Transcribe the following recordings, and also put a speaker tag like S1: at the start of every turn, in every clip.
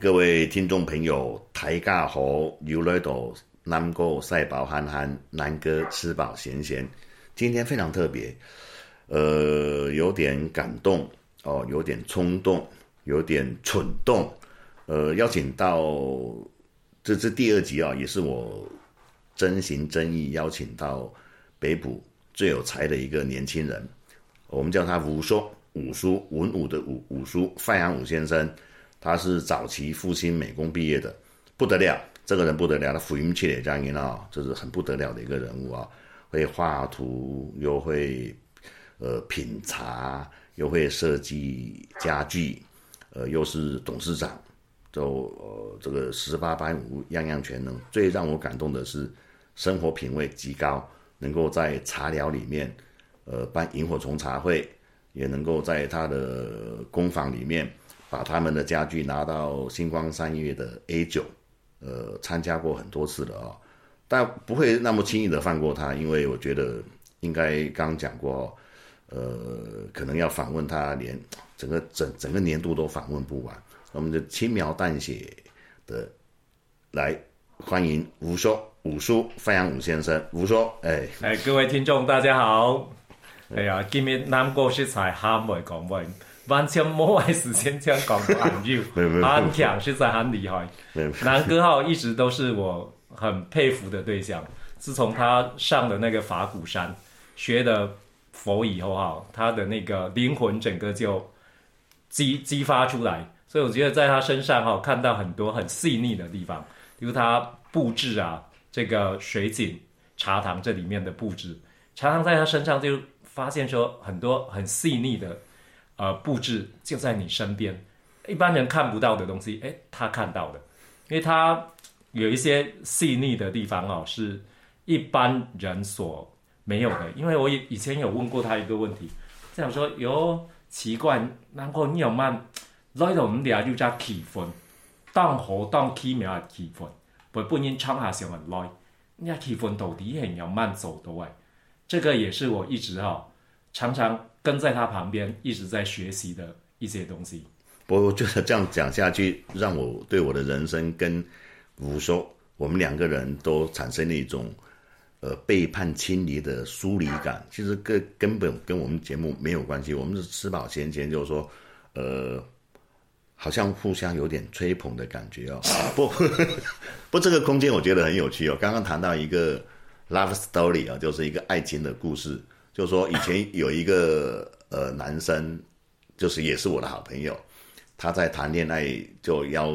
S1: 各位听众朋友，台尬猴牛来斗南哥赛饱憨憨，南哥吃饱闲闲。今天非常特别，呃，有点感动哦，有点冲动，有点蠢动。呃，邀请到这是第二集啊、也是我真心真意邀请到北浦最有才的一个年轻人，我们叫他武叔，武叔文武的武武叔范阳武先生，他是早期复兴美工毕业的，不得了，这个人不得了，他福音气的江音啊，这是很不得了的一个人物啊，会画图，又会呃品茶，又会设计家具，呃，又是董事长，就呃这个十八般武样样全能。最让我感动的是，生活品味极高，能够在茶寮里面，呃办萤火虫茶会，也能够在他的工坊里面把他们的家具拿到星光三月的 A 九，呃参加过很多次了啊、但不会那么轻易的放过他，因为我觉得应该刚刚讲过、哦。呃，可能要访问他连整个整整个年度都访问不完，我们就轻描淡写的来欢迎吴叔、武叔、范阳武先生。吴叔，哎，
S2: 哎，各位听眾大家好。哎呀，今日南哥食材喊袂講話，完全冇係事先這樣講過韓
S1: 沒有沒
S2: 語，
S1: 有
S2: 很強，實在很厲害
S1: 沒有。
S2: 南哥號一直都是我很佩服的对象。自從他上了那個法鼓山，學了佛以後哈，他的那個靈魂整個就激激發出來。所以我覺得在他身上哈，看到很多很細膩的地方，比如他布置啊，這個水井、茶堂这里面的布置，茶堂在他身上就发现说很多很细腻的呃布置就在你身边，一般人看不到的东西，哎，他看到了，因为他有一些细腻的地方哦，是一般人所没有的。因为我以以前有问过他一个问题，这样说哟，奇怪，难怪你有慢，来到我们俩就叫气氛，当好当奇妙的气氛，不不因唱下上人来，你的气氛到底很有慢走到哎。这个也是我一直哈、常常跟在他旁边一直在学习的一些东西。
S1: 我我觉得这样讲下去，让我对我的人生跟吴叔，我们两个人都产生了一种呃背叛亲离的疏离感。其实根根本跟我们节目没有关系，我们是吃饱闲闲，就是说，呃，好像互相有点吹捧的感觉哦。不 不，这个空间我觉得很有趣哦。刚刚谈到一个 love story 啊，就是一个爱情的故事，就是说以前有一个呃男生，就是也是我的好朋友。他在谈恋爱就邀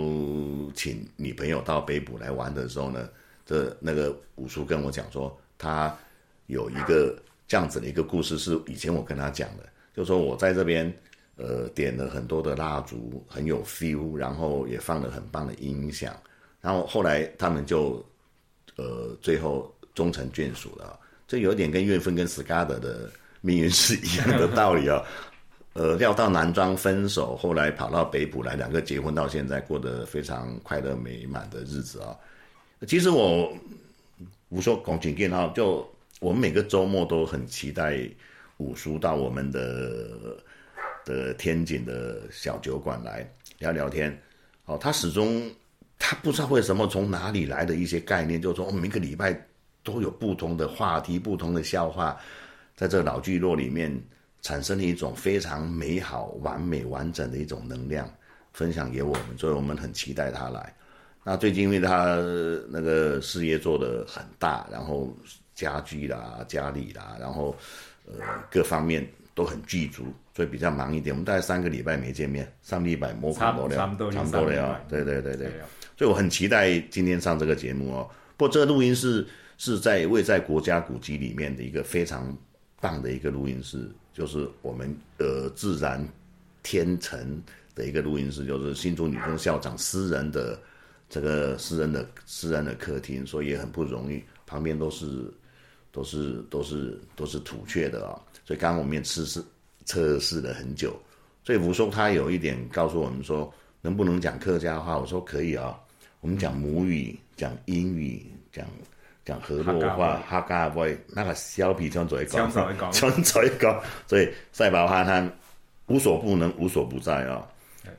S1: 请女朋友到北浦来玩的时候呢，这那个武叔跟我讲说，他有一个这样子的一个故事，是以前我跟他讲的，就说我在这边呃点了很多的蜡烛，很有 feel，然后也放了很棒的音响，然后后来他们就呃最后终成眷属了啊、这有点跟怨愤跟 Scada 的命运是一样的道理啊、呃，料到男装分手，后来跑到北浦来，两个结婚到现在，过得非常快乐美满的日子啊、其实我武叔讲真见啊，就我们每个周末都很期待武叔到我们的的天井的小酒馆来聊聊天。哦，他始终他不知道为什么从哪里来的一些概念，就是说我们每个礼拜都有不同的话题、不同的笑话，在这老聚落里面产生了一种非常美好、完美、完整的一种能量，分享给我们，所以我们很期待他来。那最近因为他呃那个事业做得很大，然后家居啦、家里啦，然后呃各方面都很具足，所以比较忙一点。我们大概三个礼拜没见面，上礼拜摸
S2: 差
S1: 不多了，
S2: 差不多就
S1: 差不多了
S2: 上礼
S1: 啊
S2: 拜，
S1: 对对对对。
S2: 啊，
S1: 所以我很期待今天上这个节目哦。不过这个录音室是在位在国家古迹里面的一个非常棒的一个录音室，就是我们呃自然天成的一个录音室，就是新竹女中校长私人的这个私人的私人的客厅，所以也很不容易，旁边都是都是都是都是土雀的啊、所以刚刚我们也测试测试了很久。所以吴叔他有一点告诉我们说，能不能讲客家话？我说可以啊、我们讲母语，讲英语，讲讲河洛话、客家话，那个小皮枪嘴讲，
S2: 枪 嘴讲
S1: 枪嘴讲，所以赛宝哈他无所不能，无所不在啊、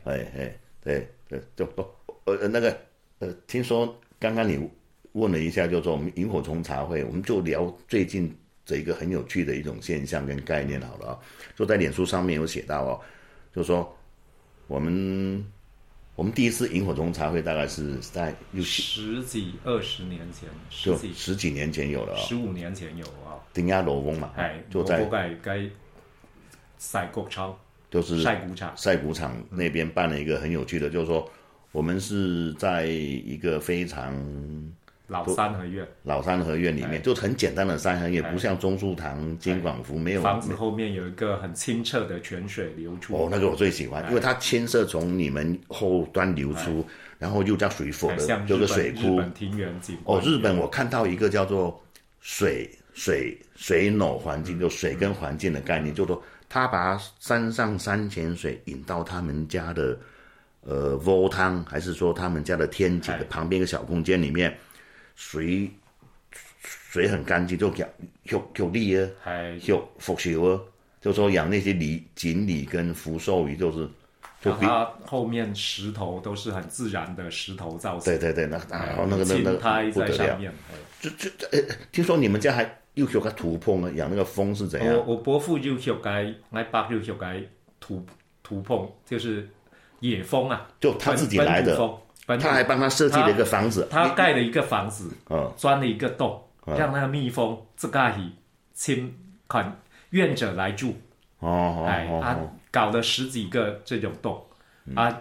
S1: 哎哎，对对，就不呃那个呃，听说刚刚你问了一下，就说我们萤火虫茶会，我们就聊最近这一个很有趣的一种现象跟概念好了啊、就在脸书上面有写到哦，就说我们我们第一次萤火虫茶会大概是在六七
S2: 十几二十年前，十
S1: 就
S2: 几
S1: 十几年前有了、哦，
S2: 十五年前有啊，
S1: 丁亚罗翁嘛
S2: 哎，，
S1: 就
S2: 我
S1: 在
S2: 覆盖该晒国超
S1: 就是
S2: 晒谷场，
S1: 晒谷场那边办了一个很有趣的，就是说我们是在一个非常
S2: 老三合院
S1: 老三合院里
S2: 哎
S1: 面，就很简单的三合院，也不像钟树堂、金广福没有
S2: 哎房子后面有一个很清澈的泉水流
S1: 哦
S2: 出，，
S1: 那个我最喜欢，
S2: 哎
S1: 因为它牵涉从你们后端流出，然后又叫水府
S2: 哎
S1: 的
S2: 像
S1: 有
S2: 日
S1: 个
S2: 本
S1: 水
S2: 日
S1: 库
S2: 本庭园景
S1: 哦，
S2: 观一
S1: 日
S2: 样
S1: 本我看到一个叫做水水水脑环
S2: 嗯
S1: 境，就水跟环境的概念，就说他把山上山泉水引到他们家的呃窝汤，还是说他们家的天井的
S2: 哎
S1: 旁边一个小空间里面，水水很干净，就养有有利啊，
S2: 还
S1: 有腐朽啊，就说养那些鲤锦鲤跟福寿鱼，就是就
S2: 然后
S1: 比
S2: 它后面石头都是很自然的石头造成，
S1: 对对对，那然后那个那
S2: 青
S1: 个那
S2: 苔
S1: 个不
S2: 哎在
S1: 得了
S2: 上。面。哎
S1: 这这这，呃，听说你们家还又有个土碰啊，养那个蜂是怎
S2: 我
S1: 样？
S2: 我伯父就修改，我爸就修改土土碰，就是野蜂啊，
S1: 就他
S2: 本
S1: 自己来
S2: 本土
S1: 的，
S2: 蜂本土
S1: 他还帮他设计了一个房子。
S2: 他盖了一个房子，
S1: 嗯
S2: 钻了一个洞，
S1: 啊
S2: 让那个蜜蜂自个去亲款愿者来住，
S1: 哦哦
S2: 哎，
S1: 哦
S2: 他
S1: 哦，嗯
S2: 搞了十几个这种洞，啊，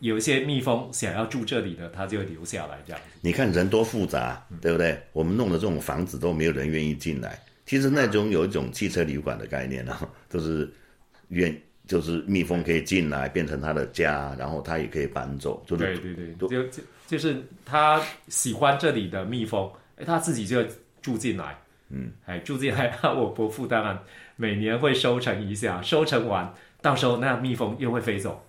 S2: 有一些蜜蜂想要住这里的，他就留下来这样。
S1: 你看人多复杂，对不对？我们弄的这种房子都没有人愿意进来。其实那种有一种汽车旅馆的概念啊， 就是愿就是蜜蜂可以进来变成他的家，然后他也可以搬走，就
S2: 对
S1: 是
S2: 对对，就就就是他喜欢这里的蜜蜂，哎，他自己就住进来，嗯，哎，住进来， 我伯父当然每年会收成一下，收成完，到时候那蜜蜂又会飞走。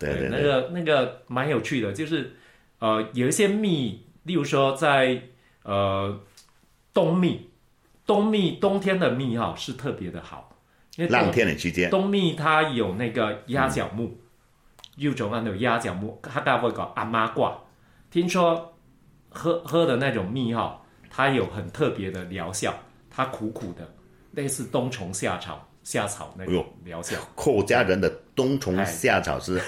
S1: 对对
S2: 那
S1: 对，
S2: 个那个蛮有趣的，就是呃，有一些蜜，例如说在呃冬蜜，冬蜜冬天的蜜哈、是特别的好，因为
S1: 浪
S2: 冬
S1: 天的期间，
S2: 冬蜜它有那个鸭脚木，有种按有鸭脚木，它大会搞阿妈挂。听说喝喝的那种蜜哈、它有很特别的疗效，它苦苦的，类似冬虫夏草夏草那
S1: 哎
S2: 种
S1: 呦
S2: 疗效。
S1: 寇家人的冬
S2: 哎
S1: 虫夏草 是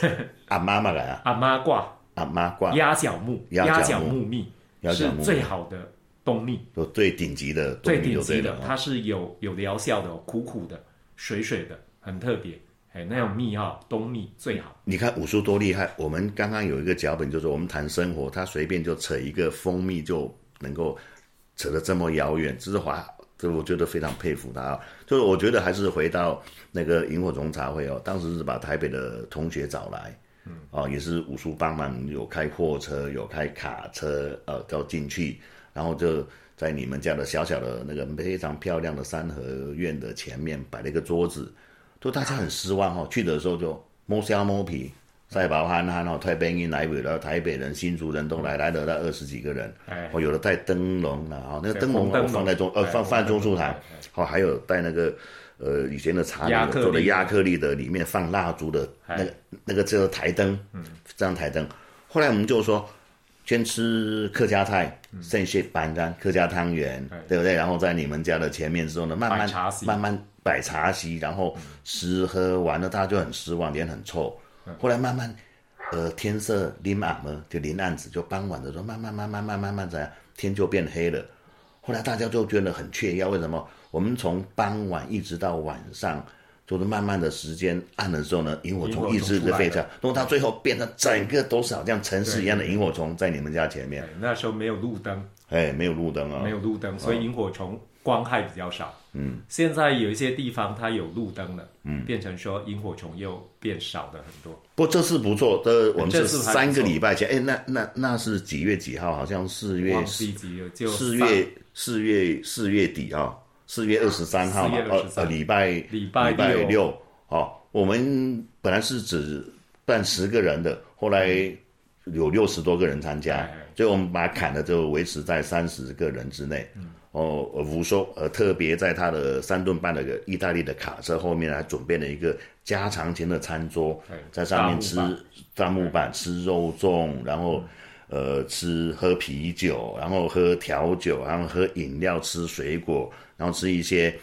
S1: 阿妈妈来啊，
S2: 阿妈挂
S1: 阿妈挂
S2: 鸭脚木，
S1: 鸭脚木
S2: 脚木蜜
S1: 鸭脚
S2: 是
S1: 木
S2: 最好的冬蜜，
S1: 就最顶级的冬
S2: 最
S1: 蜜
S2: 顶
S1: 就对
S2: 级的
S1: 了，啊。
S2: 它是有有疗效的哦，苦苦的、水水的，很特别。哎，那种蜜哈，冬蜜最好。
S1: 你看武术多厉害！我们刚刚有一个脚本，就是我们谈生活，他随便就扯一个蜂蜜就能够扯得这么遥远，这是华，这我觉得非常佩服他、啊。就是我觉得还是回到那个萤火虫茶会哦，当时是把台北的同学找来，嗯，哦，也是武术帮忙，有开货车，有开卡车，呃，要进去，然后就在你们家的小小的那个非常漂亮的三合院的前面摆了一个桌子，就大家很失望哦，去的时候就摸虾摸皮。赛宝憨憨哦，台北人来北了，台北人、新竹人都来，来了那二十几个人，
S2: 嗯哎，
S1: 哦，有的带灯笼了啊，哦那个
S2: 对
S1: 灯笼
S2: 红灯
S1: 我
S2: 笼
S1: 放在中呃
S2: 哎
S1: 放放在中
S2: 红
S1: 树
S2: 灯笼
S1: 堂，哦，还有带那个呃以前的茶
S2: 亚
S1: 里
S2: 克力
S1: 做的亚克力的，里面放蜡烛的
S2: 哎
S1: 那个那个叫台灯，这样台灯。后来我们就说，先吃客家菜，先去板干客家汤圆
S2: 嗯哎，
S1: 对不对？然后在你们家的前面之后呢，慢
S2: 摆
S1: 慢
S2: 茶席
S1: 慢慢摆茶席，然后吃喝完了，大家就很失望，脸很臭。
S2: 嗯
S1: 后来慢慢，呃，天色临暗了，就临暗子，就傍晚的时候，慢慢慢慢慢慢慢怎样，天就变黑了。后来大家就觉得很雀跃，为什么？我们从傍晚一直到晚上，就是慢慢的时间暗的时候呢，萤火
S2: 萤火
S1: 虫
S2: 虫
S1: 一直
S2: 出来
S1: 的
S2: 了
S1: 飞着，弄到最后变成整个都是好像城市一样的萤火虫在你们家前面
S2: 哎，那时候没有路灯，
S1: 哎，没有路灯啊
S2: 没，有路灯，所以萤火虫光害比较少。嗯，现在有一些地方它有路灯了，嗯，变成说萤火虫又变少了很多。
S1: 不，这次不错，这我们
S2: 这
S1: 是
S2: 次还不错
S1: 三个礼拜前，哎，那那那是几月几号？好像四月
S2: 忘记几了，就
S1: 四
S2: 上
S1: 月四月四月底啊、四月二十三号嘛
S2: 啊4月，
S1: 呃呃，
S2: 23
S1: 礼拜
S2: 礼拜六
S1: 六，哦，我们本来是只办十个人的，后来有六十多个人参加
S2: 哎哎，
S1: 所以我们把它砍的就维持在三十个人之内。哦，呃吴说，呃，特别在他的三顿半的个意大利的卡车后面，还准备了一个家常型的餐桌
S2: 对，
S1: 在上面吃
S2: 哎大木嗯
S1: 大木板、吃肉粽，然后呃吃喝啤酒，然后喝调酒，然后喝饮料，吃水果，然后吃一些。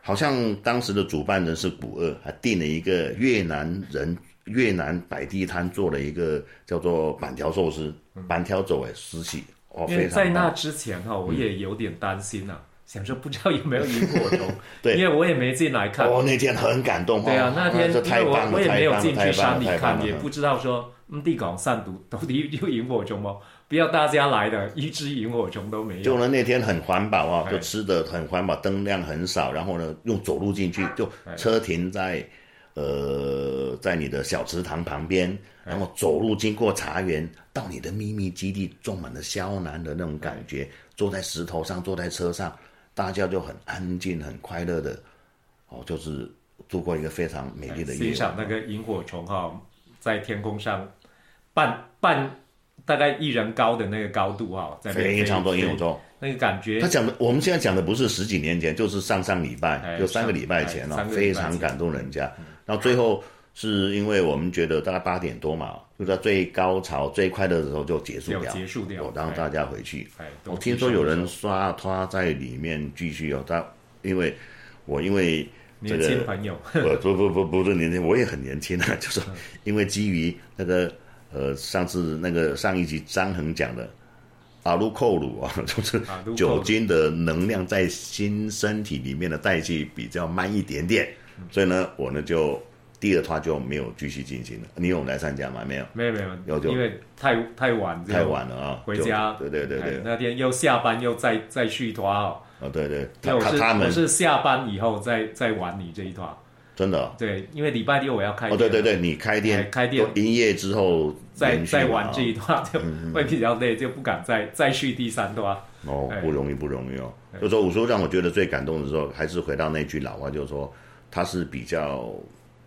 S1: 好像当时的主办人是古二，还订了一个越南人越南摆地摊做了一个叫做板条寿司，板条走哎，私企哦，
S2: 嗯因
S1: 非
S2: 为
S1: 常嗯
S2: 在
S1: 棒
S2: 那之前哈、我也有点担心啊，想说不知道有没有萤火虫，
S1: 对
S2: 因为我也没进来看。
S1: 哦，那天很感动哦。
S2: 对啊，那天因
S1: 这太
S2: 为
S1: 棒了，
S2: 我我也没有
S1: 太棒了
S2: 进去山里
S1: 太棒了
S2: 看，
S1: 太
S2: 也
S1: 棒了
S2: 不知道说嗯，地广散毒，到底有萤火虫吗？不要大家来的，一只萤火虫都没有。
S1: 就呢，那天很环保啊，
S2: 哎
S1: 就吃的很环保，灯量很少，然后呢，用走路进去，就车停在呃，在你的小池塘旁边，
S2: 哎
S1: 然后走路经过茶园，到你的秘密基地，种满了萧南的那种感
S2: 哎
S1: 觉，坐在石头上，坐在车上，大家就很安静、很快乐的，哦，就是度过一个非常美丽的夜
S2: 欣
S1: 晚
S2: 赏。那个萤火虫哈、在天空上半半大概一人高的那个高度哈、在那边
S1: 非常多
S2: 飞
S1: 萤火虫，
S2: 那个感觉
S1: 他讲的，我们现在讲的不是十几年前，就是上上礼拜，
S2: 哎
S1: 就三个礼拜前
S2: 上
S1: 哦
S2: 哎，
S1: 非常感动人家。然后最后是因为我们觉得大概八点多嘛，就在最高潮、最快乐的时候就结束
S2: 有
S1: 掉，
S2: 结束掉
S1: 哦，，让
S2: 哎
S1: 大家回去。
S2: 哎，都
S1: 我听说有人刷他在里面继续哦，他因为我因为 这
S2: 年
S1: 个
S2: 轻朋友，
S1: 呃，不不不不是年轻，我也很年轻啊，就是因为基于那个呃，上次那个上一集张恒讲的阿鲁寇鲁啊，就是
S2: 啊如果
S1: 酒精的能量在新身体里面的代谢比较慢一点点，所以呢，我呢就第二趴就没有继续进行了。你有来参加吗？没有，
S2: 没有没有，
S1: 有就
S2: 因为太太晚就
S1: 太晚了啊，
S2: 回
S1: 就
S2: 家
S1: 对对对
S2: 哎
S1: 对，
S2: 那天又下班又再再续一团哦，
S1: 哦对对，
S2: 因为
S1: 他
S2: 我
S1: 他
S2: 是
S1: 他
S2: 我
S1: 们
S2: 是下班以后再 再玩你这一团，
S1: 真的哦
S2: 对，因为礼拜六我要开
S1: 哦对对
S2: 店
S1: 对，你开
S2: 哎
S1: 店
S2: 开店
S1: 都营业之后
S2: 再
S1: 连续
S2: 再
S1: 嘛
S2: 玩
S1: 啊
S2: 这一段就会比较累，就不敢再再续第三段。
S1: 哦
S2: 哎，
S1: 不容易，不容易哦。就说武叔让我觉得最感动的时候，还是回到那句老话，就是说他是比较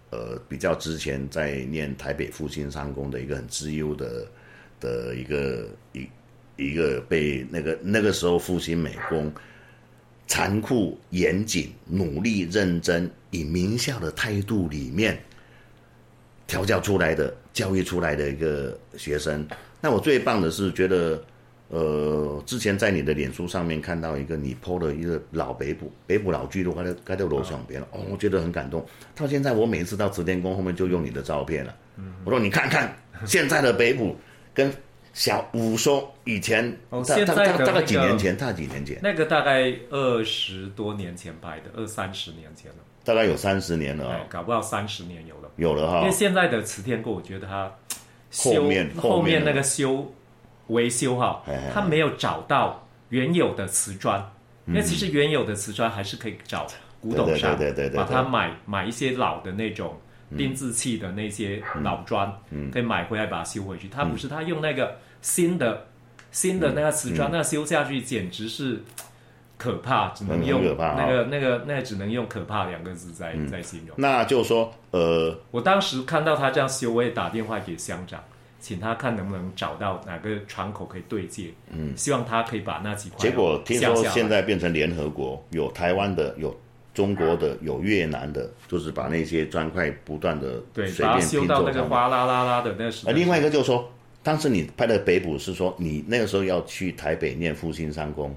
S1: 呃比较之前在念台北复兴商工的一个很资优的的一个一一个被那个那个时候复兴美工残酷、严谨、努力、认真，以名校的态度里面调教出来的、教育出来的一个学生。那我最棒的是觉得。呃，之前在你的脸书上面看到一个你 PO 的一个老北部北部老聚落，该在该在楼上边了，哦，我觉得很感动。到现在我每次到慈天宫后面就用你的照片了，我说你看看现在的北部跟小五说以前，
S2: 哦
S1: 大
S2: 现
S1: 大
S2: 在
S1: 大
S2: 的
S1: 大概
S2: 那
S1: 几
S2: 个
S1: 年前，大概几年前，
S2: 那个大概二十多年前拍的，二三十年前了，
S1: 大概有三十年了
S2: 哎
S1: 哦，，
S2: 搞不到三十年有了。
S1: 有了
S2: 因
S1: 哈
S2: 为。现在的慈天宫，我觉得它
S1: 后
S2: 修
S1: 面
S2: 后
S1: 后面
S2: 面那个修维修哈
S1: 哎哎，
S2: 它没有找到原有的瓷砖，嗯因
S1: 嗯
S2: 为其实原有的瓷砖还是可以找古董商，
S1: 对对对对对对
S2: 把它买买一些老的那种钉字器的那些老砖，
S1: 嗯
S2: 可以买回来把它修回去。它不是，它用那个新的新的那个瓷砖，那修下去简直是。可怕，只能
S1: 很
S2: 用
S1: 可怕嗯啊
S2: 那个、那个、那个，只能用“可怕”两个字在、在形容。
S1: 那就说，呃，
S2: 我当时看到他这样修，我也打电话给乡长，请他看能不能找到哪个窗口可以对接。嗯，希望他可以把那几块
S1: 结果听说
S2: 降下来
S1: 现在变成联合国，有台湾的，有中国的，有越南的，就是把那些砖块不断的
S2: 对，
S1: 随
S2: 把它
S1: 便
S2: 修
S1: 拼
S2: 到
S1: 凑
S2: 那个
S1: 上
S2: 哗啦啦啦的那时
S1: 而另外一个就是说，当时你拍的北捕是说你那个时候要去台北念复兴商工，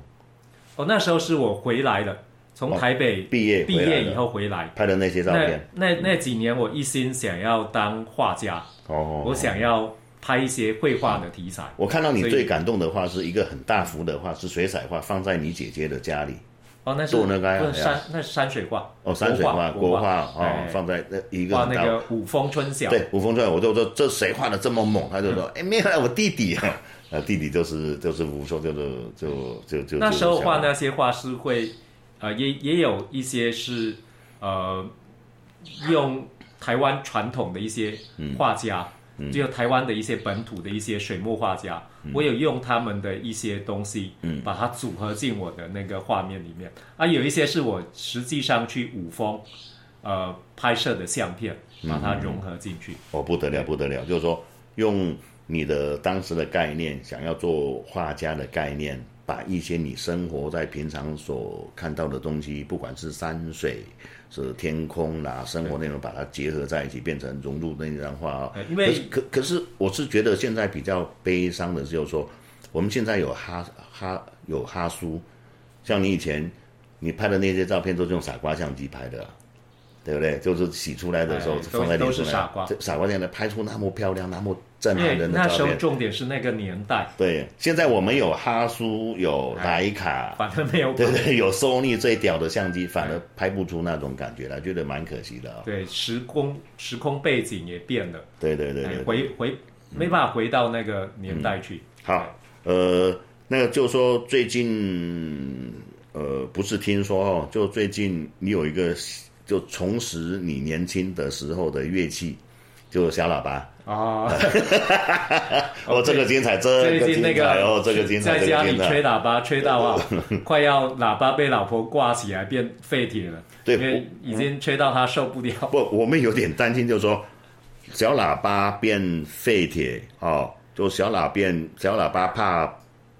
S2: 哦，那时候是我回来了，从台北
S1: 哦毕业
S2: 毕
S1: 回来
S2: 业
S1: 了
S2: 以后回来。
S1: 拍的那些照
S2: 那
S1: 片。
S2: 那那几年，我一心想要当画家，
S1: 哦，
S2: 我想要拍一些绘画的题材。
S1: 我看到你
S2: 所以
S1: 最感动的画是一个很大幅的画，是水彩画，放在你姐姐的家里。
S2: 哦，那是
S1: 做那个呀
S2: 不是山，那是山水画。
S1: 哦，山水画、
S2: 国
S1: 国画哦
S2: 哎，
S1: 放在那一个
S2: 画
S1: 很
S2: 那
S1: 大。
S2: 个五峰春晓。
S1: 对，吴峰传，我就说这谁画的这么猛？他就
S2: 嗯
S1: 说，哎，没有啦，我弟弟啊，啊，弟弟就是就是吴说，就是就就就
S2: 那时候画
S1: 呢。
S2: 那些画是会，呃，也也有一些是呃，用台湾传统的一些
S1: 嗯
S2: 画家，就有台湾的一些本土的一些水墨画家，
S1: 嗯
S2: 我有用他们的一些东西，把它组合进我的那个画面里面。啊，有一些是我实际上去五峰，呃，拍摄的相片，
S1: 嗯
S2: 把它融合进去。
S1: 哦，不得了，不得了！就是说，用你的当时的概念，想要做画家的概念，把一些你生活在平常所看到的东西，不管是山水、是天空啦、生活内容，把它结合在一起，变成融入那张画啊
S2: 哎。因为
S1: 可是可可是，我是觉得现在比较悲伤的就是说，我们现在有哈哈有哈苏，像你以前你拍的那些照片都是用傻瓜相机拍的啊、对不对？就是洗出来的时候
S2: 哎
S1: 放在
S2: 都
S1: 脸上
S2: 都是傻瓜
S1: 这傻瓜现在拍出那么漂亮、那么震
S2: 因
S1: 撼
S2: 为
S1: 人的
S2: 哎那时
S1: 照
S2: 候
S1: 片。
S2: 重点是那个年代，
S1: 对，现在我们有哈苏，有
S2: 哎
S1: 徕卡，
S2: 反正没有
S1: 对对，有 Sony 最屌的相机，反而拍不出那种感觉来，觉得蛮可惜的啊、
S2: 对时空时空背景也变了，
S1: 对对对
S2: 哎
S1: 对，嗯
S2: 回回没办法回到那个年代去。
S1: 好，呃，那个就说最近，呃，不是听说哦，就最近你有一个就重拾你年轻的时候的乐器，就是小喇叭。
S2: 啊，
S1: 哦，这个精彩，这
S2: 最
S1: 个
S2: 近
S1: 精
S2: 那
S1: 彩
S2: 个
S1: 哦，这个精彩，
S2: 在
S1: 这
S2: 家
S1: 个
S2: 里
S1: 精彩
S2: 吹。喇叭吹到 啊，快要喇叭被老婆挂起来变废铁了，
S1: 对
S2: 因为已经吹到她受 不了。
S1: 不，我们有点担心，就是说小喇叭变废铁哦，就小喇变小喇叭怕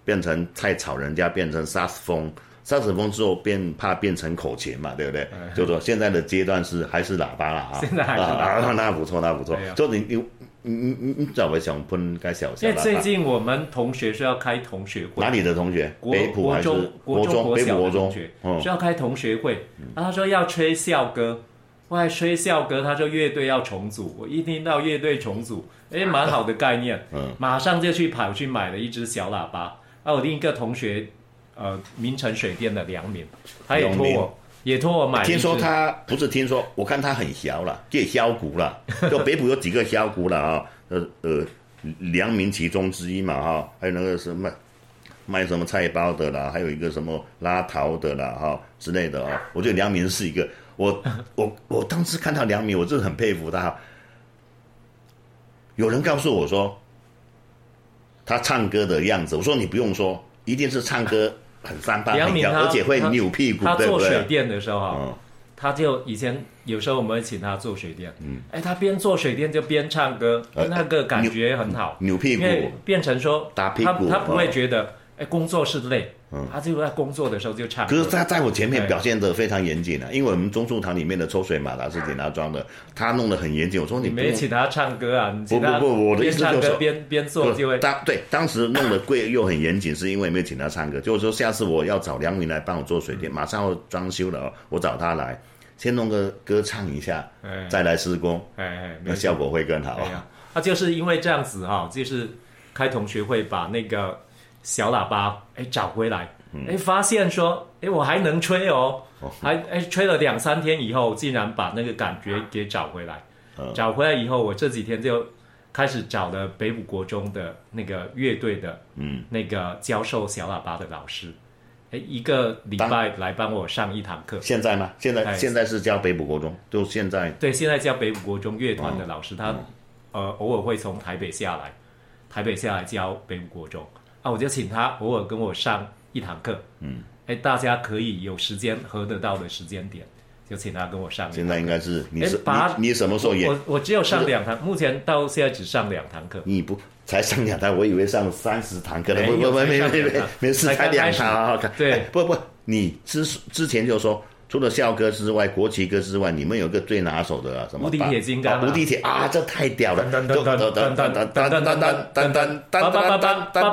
S1: 变成太吵，人家变成萨克斯风，萨克斯风之后变怕变成口琴嘛，对不对？就说现在的阶段是还是喇叭了啊，
S2: 现在还是喇叭
S1: 啊啊，那不错，那不错
S2: 哎呀。
S1: 就你你你你你你怎么想喷该小小
S2: 因为
S1: 喇
S2: 最
S1: 叭？
S2: 近我们同学是要开同学会，
S1: 哪里的同学？
S2: 国
S1: 北普
S2: 国
S1: 还是
S2: 中、
S1: 国
S2: 中、
S1: 中？北
S2: 小
S1: 普国
S2: 的同
S1: 中
S2: 学？
S1: 嗯
S2: 就要开同学会，然后他说要吹校歌，哇，吹校歌，他说乐队要重组，我一听到乐队重组，哎，蛮好的概念，
S1: 嗯
S2: 马上就去跑去买了一只小喇叭。啊，我另一个同学，呃，明城水电的梁敏，他也
S1: 梁
S2: 托
S1: 敏
S2: 我，也托我买了一只。
S1: 听说他不是听说，我看他很削了，这削骨 了。就北浦有几个削骨了啊、呃呃，良民其中之一嘛哈、哦还有那个什么卖什么菜包的啦，还有一个什么拉桃的啦哈、之类的啊、我觉得良民是一个，我我我当时看到良民，我真的很佩服他。哦有人告诉我说，他唱歌的样子，我说你不用说，一定是唱歌很翻八
S2: 梁
S1: 很
S2: 敏
S1: 跳，
S2: 他
S1: 而且会
S2: 他
S1: 扭屁股，
S2: 他
S1: 对不
S2: 做水
S1: 对？
S2: 电的时候啊，
S1: 嗯
S2: 他就以前有时候我们会请他做水电，嗯，哎，他边做水电就边唱歌，
S1: 呃
S2: 那个感觉很好，
S1: 扭屁
S2: 因为
S1: 股。
S2: 变成说
S1: 打屁
S2: 他
S1: 股哦
S2: 他不会觉得哎工作是累，他就在工作的时候就唱
S1: 可
S2: 歌
S1: 是，他在我前面表现得非常严谨啊，因为我们中树堂里面的抽水马达是警察装的，他弄得很严谨。我说
S2: 你
S1: 你不
S2: 没
S1: 用
S2: 请他唱歌啊，你请
S1: 不
S2: 他
S1: 不不我的意
S2: 边
S1: 思
S2: 唱
S1: 就是
S2: 歌
S1: 说
S2: 边边做就会
S1: 当对当时弄得贵又很严谨，是因为没有请他唱歌。就是说下次我要找梁明来帮我做水
S2: 嗯
S1: 电，马上要装修了哦，我找他来，先弄个歌唱一下，
S2: 哎
S1: 再来施工，
S2: 哎哎，
S1: 那
S2: 没
S1: 效果会更好
S2: 哎
S1: 啊。
S2: 呀，他就是因为这样子哈、就是开同学会把那个小喇叭哎找回来，哎发现说哎我还能吹哦，还哎吹了两三天以后，竟然把那个感觉给找回来，找回来以后，我这几天就开始找了北武国中的那个乐队的
S1: 嗯，
S2: 那个教授小喇叭的老师，哎一个礼拜来帮我上一堂课。
S1: 现在吗？现在
S2: 哎
S1: 现在是教北部国中，就现在
S2: 对，现在叫北武国中乐团
S1: 哦
S2: 的老师，他、
S1: 嗯
S2: 呃偶尔会从台北下来，台北下来教北武国中啊，我就请他偶尔跟我上一堂课，嗯，哎，大家可以有时间合得到的时间点，就请他跟我上一
S1: 现在应该是你
S2: 哎
S1: 是
S2: 把
S1: 你你什么时候演？
S2: 我我只有上两堂，目前到现在只上两堂课，
S1: 你不才上两堂，我以为上三十堂课了，
S2: 没
S1: 不
S2: 有
S1: 不没没
S2: 才上
S1: 没
S2: 两
S1: 没
S2: 堂
S1: 没事，
S2: 才
S1: 才
S2: 刚
S1: 两
S2: 开始
S1: 堂啊！好看
S2: 对
S1: 哎不不，你之之前就说。除了校歌之外，国旗歌之外，你们有个最拿手的啊什么？
S2: 无敌铁金刚啊
S1: 啊无敌铁啊，这太屌了！
S2: 噔噔噔噔噔噔噔噔噔噔噔噔
S1: 当当当当当当当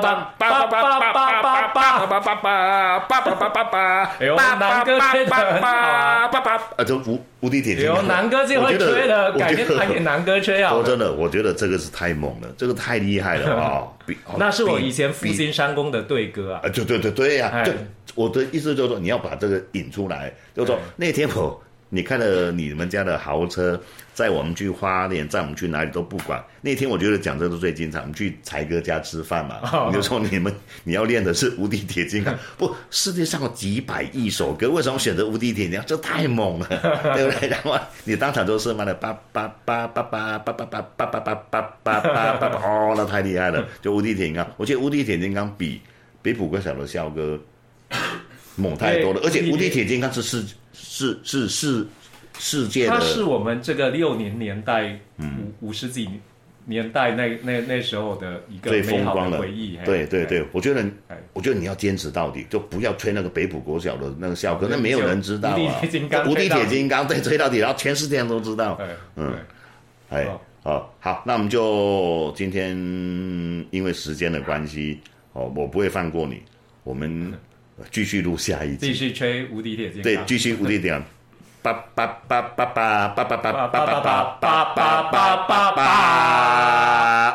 S1: 当当当
S2: 哎呦，南哥吹的很好啊，
S1: 啊，这无无敌铁金
S2: 有
S1: 刚。
S2: 南哥就
S1: 我
S2: 会
S1: 觉得
S2: 吹了，
S1: 我
S2: 改
S1: 觉
S2: 天
S1: 得
S2: 弹给南哥吹啊
S1: 说。真的，我觉得这个是太猛了，这个太厉害了 啊！比哦
S2: 那是我
S1: 比
S2: 以前复
S1: 比
S2: 兴三公的队歌啊，
S1: 啊，对对对对呀、
S2: 哎
S1: 就我的意思就是说，你要把这个引出来，就是说
S2: 哎
S1: 那天我你看了你们家的豪车，载我们去花莲，载我们去哪里都不管。那天我觉得讲这个最精彩，我们去才哥家吃饭嘛，
S2: 哦
S1: 你就说你们你要练的是无敌铁金刚，不，世界上有几百亿首歌，为什么选择无敌铁金刚？这太猛了，对不对？然后你当场就是妈的叭叭叭叭叭叭叭叭叭叭叭叭叭叭叭，哦，那太厉害了，就无敌铁金刚。我觉得无敌铁金刚比比普哥小的校 歌猛太多了，
S2: 对
S1: 而且无
S2: 你
S1: 敌铁金刚是世是是是世界
S2: 它
S1: 的嗯
S2: 是我们这个六零年代五五十几年代那那那时候的一个
S1: 最
S2: 美
S1: 风
S2: 好
S1: 光
S2: 的
S1: 了
S2: 回忆。嘿
S1: 对对，
S2: 嘿
S1: 对，我觉得
S2: 哎，
S1: 我觉得你要坚持到底，就不要吹那个北浦国小的那个校歌，那没有人知道
S2: 无敌
S1: 啊
S2: 铁金。刚
S1: 无敌
S2: 吹到
S1: 铁
S2: 底
S1: 金刚，对，吹到底，然后全世界人都知道。
S2: 对，
S1: 嗯
S2: 对
S1: 哎
S2: 哦，
S1: 好好，那我们就今天因为时间的关系，哦，我不会放过你，我们
S2: 嗯
S1: 继续录下一
S2: 继
S1: 集，
S2: 续吹无敌铁金
S1: 对，
S2: 刚。
S1: 继续鼓励点，叭叭叭叭叭叭叭叭叭叭叭叭叭叭叭叭。